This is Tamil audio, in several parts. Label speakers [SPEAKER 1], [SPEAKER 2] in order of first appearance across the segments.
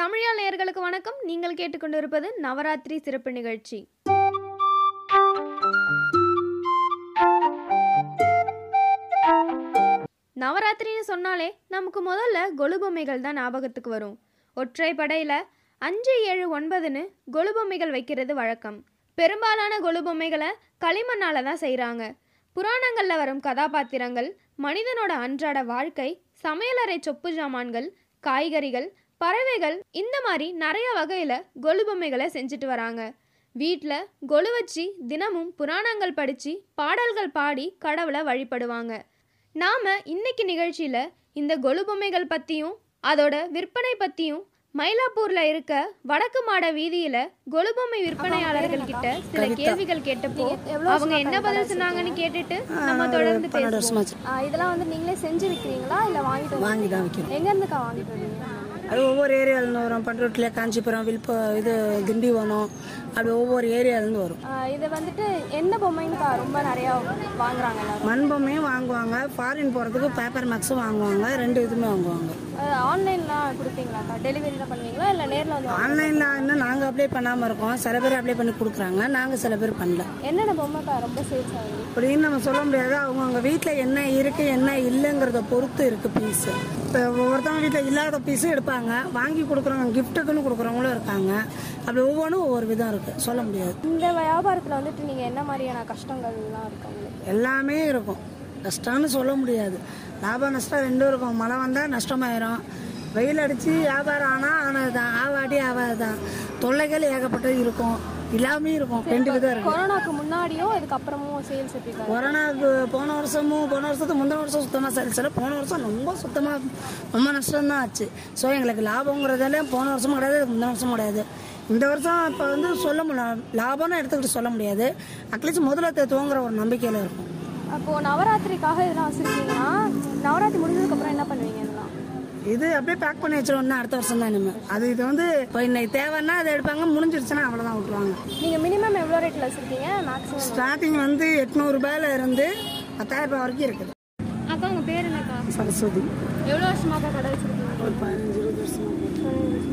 [SPEAKER 1] தமிழா நேயர்களுக்கு வணக்கம் நீங்கள் கேட்டுக்கொண்டிருப்பது நவராத்திரி சிறப்பு நிகழ்ச்சி நவராத்திரின்னு சொன்னாலே நமக்கு முதல்ல கொலுபொம்மைகள் தான் ஞாபகத்துக்கு வரும் ஒற்றை படையில் அஞ்சு ஏழு ஒன்பதுன்னு கொலுபொம்மைகள் வைக்கிறது வழக்கம் பெரும்பாலான கொலுபொம்மைகளை களிமண்ணால் தான் செய்கிறாங்க புராணங்களில் வரும் கதாபாத்திரங்கள் மனிதனோட அன்றாட வாழ்க்கை சமையலறை சொப்பு ஜாமான்கள் காய்கறிகள் பறவைகள் இந்த மாதிரி நிறைய வகையில் கொலுபொம்மைகளை செஞ்சுட்டு வராங்க வீட்டில் கொலு வச்சு தினமும் புராணங்கள் படித்து பாடல்கள் பாடி கடவுளை வழிபடுவாங்க நாம் இன்னைக்கு நிகழ்ச்சியில் இந்த கொலுபொம்மைகள் பற்றியும் அதோட விற்பனை பற்றியும் மயிலாப்பூரில் இருக்க வடக்கு மாட வீதியில் கொலுபொம்மை விற்பனையாளர்கள் கிட்ட சில கேள்விகள் கேட்டப்போ அவங்க என்ன பதில் சொன்னாங்கன்னு கேட்டுட்டு நம்ம தொடர்ந்து
[SPEAKER 2] பன்னெண்டு
[SPEAKER 1] பேசுவோம்
[SPEAKER 2] வருஷமாச்சு
[SPEAKER 3] ஆ, இதெல்லாம் வந்து நீங்களே செஞ்சு விற்கிறீங்களா இல்லை வாங்கிட்டு வந்து
[SPEAKER 2] வாங்கி தான் வைக்கிறோம்
[SPEAKER 3] எங்க இருந்துக்கா வாங்கிட்டு வந்தீங்க
[SPEAKER 2] அது ஒவ்வொரு ஏரியாவிலேருந்து வரும் பண்ருட்டில் காஞ்சிபுரம் விழுப்ப இது திண்டிவனம் அப்படி ஒவ்வொரு ஏரியாவிலேருந்து வரும்
[SPEAKER 3] ஆ, இது வந்துட்டு என்ன பொம்மைங்கக்கா ரொம்ப நிறையா வாங்குறாங்க எல்லாரும்
[SPEAKER 2] மண்பொம்மையும் வாங்குவாங்க ஃபாரின் போகிறதுக்கு பேப்பர் மேக்ஸும் வாங்குவாங்க ரெண்டு இதுவுமே வாங்குவாங்க
[SPEAKER 3] ஆன்லைன்லாம் கொடுப்பீங்களாக்கா டெலிவரியில் பண்ணுவீங்களா இல்லை நேரில் வந்து வாங்க-
[SPEAKER 2] ஆன்லைனில் இன்னும் நாங்கள் அப்ளை பண்ணாமல் இருக்கோம் சில பேர் அப்ளை பண்ணி கொடுக்குறாங்க நாங்கள் சில பேர் பண்ணல
[SPEAKER 3] என்னென்ன பொம்மைக்கா ரொம்ப சேல்ஸ் ஆகுது
[SPEAKER 2] அப்படின்னு நம்ம சொல்ல முடியாது அவங்கவுங்க வீட்டில் என்ன இருக்குது என்ன இல்லைங்கிறத பொறுத்து இருக்குது பீஸு இப்போ ஒவ்வொருத்தவங்க வீட்டில் இல்லாத பீஸும் எடுப்பாங்க வாங்கி கொடுக்குறவங்க கிஃப்ட்டுக்குன்னு கொடுக்குறவங்களும் இருக்காங்க அப்படி ஒவ்வொன்றும் ஒவ்வொரு விதம் இருக்குது சொல்ல முடியாது
[SPEAKER 3] இந்த வியாபாரத்தில் வந்துட்டு நீங்கள் என்ன மாதிரியான கஷ்டங்கள்லாம் இருக்கு உங்களுக்கு
[SPEAKER 2] எல்லாமே இருக்கும் கஷ்டம்னு சொல்ல முடியாது லாபம் நஷ்டம் ரெண்டும் இருக்கும் மழை வந்தால் நஷ்டமாயிரும் வெயில் அடித்து வியாபாரம் ஆனால் ஆனது தான் ஆவாடி ஆவாது தான் தொல்லைகள் ஏகப்பட்டது இருக்கும் எல்லாமே இருக்கும் ரெண்டு விதம் இருக்கு
[SPEAKER 3] கொரோனாக்கு முன்னாடியும் இதுக்கப்புறமும் சேல்ஸ் எப்படிக்கா
[SPEAKER 2] கொரோனாவுக்கு போன வருஷமும் போன வருஷத்துக்கு முந்தின வருஷம் சுத்தமாக சரிச்சில்ல போன வருஷம் ரொம்ப சுத்தமாக ரொம்ப நஷ்டம்தான் ஆச்சு ஸோ எங்களுக்கு லாபங்கிறதெல்லாம் போன வருஷமும் கிடையாது இதுக்கு முந்தின வருஷமும் கிடையாது இந்த வருஷம் இப்போ வந்து சொல்ல முடியும் லாபம்னு எடுத்துக்கிட்டு சொல்ல முடியாது அட்லீஸ்ட் முதல்ல தூங்குற ஒரு நம்பிக்கையில் இருக்கும்
[SPEAKER 3] அப்போது நவராத்திரிக்காக இதெல்லாம் வச்சுருக்கீங்கன்னா நவராத்திரி முடிஞ்சதுக்கப்புறம் என்ன பண்ணுவீங்க இதெல்லாம்
[SPEAKER 2] இது அப்படியே பேக் பண்ணி வச்சிருவோம்னா அடுத்த வருஷம் தான் நம்ம அது இது வந்து இப்போ இன்னைக்கு தேவைன்னா அதை எடுப்பாங்க முடிஞ்சிருச்சுன்னா அவ்வளோதான் விட்டுருவாங்க
[SPEAKER 3] நீங்கள் மினிமம் எவ்வளோ ரேட்டில் வச்சுருக்கீங்க மேக்ஸிமம்
[SPEAKER 2] ஸ்டார்டிங் வந்து எட்நூறுபாயில இருந்து பத்தாயிரம் ரூபாய் வரைக்கும் இருக்குது
[SPEAKER 3] அக்கா உங்கள் பேர் என்னக்கா
[SPEAKER 2] சரஸ்வதி
[SPEAKER 3] எவ்வளோ வருஷமாக்கா கடை வச்சுருக்கீங்க
[SPEAKER 2] ஒரு பதினஞ்சு இருபது வருஷம்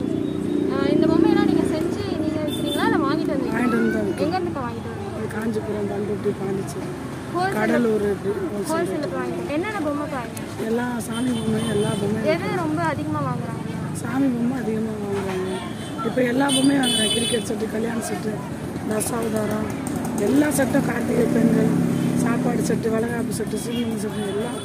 [SPEAKER 3] இந்த பொம்மையெல்லாம் நீங்கள் செஞ்சு நீங்கள் விற்கிறீங்களா இல்லை வாங்கிட்டு வந்தீங்க
[SPEAKER 2] வாங்கிட்டு வந்தோம்
[SPEAKER 3] எங்கேருந்துக்கா வாங்கிட்டு வந்தீங்க
[SPEAKER 2] இது காஞ்சிபுரம் பண்ருட்டி பாண்டிச்சேரி
[SPEAKER 3] ஹோல்சேல்
[SPEAKER 2] கடலூர் இப்படி
[SPEAKER 3] ஹோல்சேலுக்கு வாங்கிட்டு என்னென்ன பொம்மைக்கா வாங்க
[SPEAKER 2] எல்லா சாமி பொம்மை எல்லா பொம்மை
[SPEAKER 3] எது ரொம்ப அதிகமாக வாங்குறாங்க
[SPEAKER 2] சாமி பொம்மை அதிகமாக வாங்குறாங்க இப்போ எல்லா பொம்மையும் வாங்குறாங்க கிரிக்கெட் செட்டு கல்யாண செட்டு தசாவதாரம் எல்லா செட்டும் கார்த்திகை பெண்கள் சாப்பாடு செட்டு வளகாப்பு செட்டு சீமன் செட்டு எல்லாம்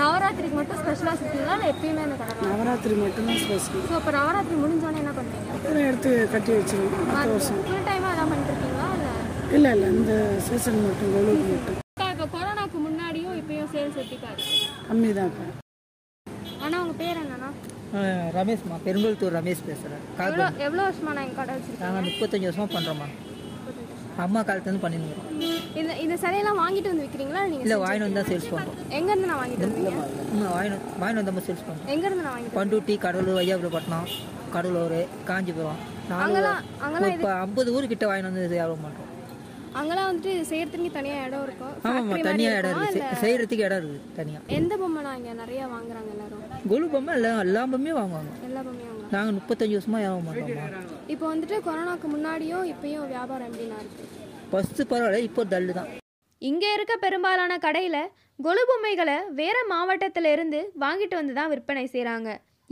[SPEAKER 3] நவராத்திரிக்கு மட்டும் ஸ்பெஷலாக சுற்றுங்களா இல்லை எப்பயுமே அந்த கடை
[SPEAKER 2] நவராத்திரி மட்டும்தான் ஸ்பெஷல்
[SPEAKER 3] ஸோ அப்போ நவராத்திரி முடிஞ்சோடனே என்ன பண்ணுவீங்க
[SPEAKER 2] இதெல்லாம் எடுத்து கட்டி வச்சிருவோம் அடுத்த வருஷம்
[SPEAKER 3] ஃபுல் டைமாக அதான் பண்ணிருக்கீங்களா இல்லை
[SPEAKER 2] இல்லை இல்லை இந்த சீசன் மட்டும் கொழுவு மட்டும்
[SPEAKER 3] இப்போ கொரோனாக்கு முன்னாடியும் இப்பயும் சேல்ஸ் எப்படிக்காரு
[SPEAKER 2] கம்மி தான்
[SPEAKER 3] ஆனால் உங்கள் பேர் என்னன்னா
[SPEAKER 4] அஹ் ரமேஷ்மா பெருங்கல்தூர் ரமேஷ் பேசுகிறேன் கால்
[SPEAKER 3] எவ்வளோ எவ்வளோ வருஷமா நான் எங்கள் கடை வச்சுருக்கேன்
[SPEAKER 4] நாங்கள் முப்பத்தஞ்சு வருஷமாக பண்ணுறோம்மா அம்மா காலத்துலேருந்து பண்ணிருக்கோம்
[SPEAKER 3] இந்த இந்த சிலையெல்லாம் வாங்கிட்டு வந்து விற்கிறீங்களா நீங்கள்
[SPEAKER 4] இல்லை வாங்கிட்டு வந்தால் சேல்ஸ் பண்ணுறோம்
[SPEAKER 3] எங்கேருந்து நான் வாங்கிட்டு வந்தீங்க
[SPEAKER 4] இன்னும் வாங்கிட்டு வாங்கிட்டு வந்தாமல் சேல்ஸ் பண்ணுறோம்
[SPEAKER 3] எங்கேருந்து நான் வாங்கிட்டு
[SPEAKER 4] பண்டூட்டி கடலூர் வையாபுரப்பட்டினம் கடலூர் காஞ்சிபுரம் நாலு
[SPEAKER 3] அங்கெல்லாம்
[SPEAKER 4] இப்போ ஐம்பது ஊருக்கிட்ட வாங்கிட்டு வந்து வியாபாரம் பண்ணுறோம்
[SPEAKER 3] அங்கெல்லாம் வந்துட்டு செய்யறதுக்கு தனியாக இடம் இருக்கும்
[SPEAKER 4] ஆமாம்மா
[SPEAKER 3] Factory மாதிரி
[SPEAKER 4] தனியாக இடம்
[SPEAKER 3] இருக்குமா?
[SPEAKER 4] இருக்குது செய்கிறதுக்கு இடம் இருக்குது தனியாக
[SPEAKER 3] எந்த பொம்மைனா இங்கே நிறைய வாங்குறாங்க எல்லாரும்
[SPEAKER 4] கொலு பொம்மை எல்லா எல்லா பொம்மையும் வாங்குவாங்க
[SPEAKER 3] எல்லா பொம்மையும் வாங்குறாங்க
[SPEAKER 4] நாங்கள் முப்பத்தஞ்சு வருஷமாக வியாபாரம் பண்ணுறோம்மா
[SPEAKER 3] இப்போ வந்துட்டு கொரோனாக்கு முன்னாடியும் இப்பயும் வியாபாரம் எப்படின்னா இருக்கு
[SPEAKER 4] ஃபஸ்ட்டு பரவாயில்ல இப்போ டல்லு தான்
[SPEAKER 1] இங்கே இருக்க பெரும்பாலான கடையில் கொலு பொம்மைகளை வேறு மாவட்டத்துல இருந்து வாங்கிட்டு வந்து தான் விற்பனை செய்கிறாங்க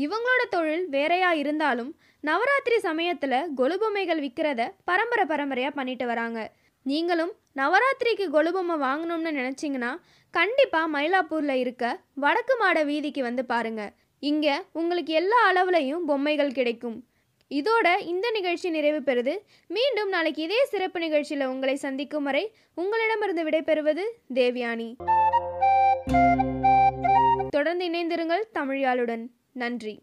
[SPEAKER 1] இவங்களோட தொழில் வேறையா இருந்தாலும் நவராத்திரி சமயத்தில் கொலு பொம்மைகள் விற்கிறத பரம்பரை பரம்பரையாக பண்ணிட்டு வராங்க நீங்களும் நவராத்திரிக்கு கொலு பொம்மை வாங்கணும்னு நினச்சிங்கன்னா கண்டிப்பாக மயிலாப்பூரில் இருக்க வடக்கு மாட வீதிக்கு வந்து பாருங்க இங்கே உங்களுக்கு எல்லா அளவுலையும் பொம்மைகள் கிடைக்கும் இதோட இந்த நிகழ்ச்சி நிறைவு பெறுது மீண்டும் நாளைக்கு இதே சிறப்பு நிகழ்ச்சியில் உங்களை சந்திக்கும் வரை உங்களிடமிருந்து விடைபெறுவது தேவயானி தொடர்ந்து இணைந்திருங்கள் தமிழியாளுடன் நன்றி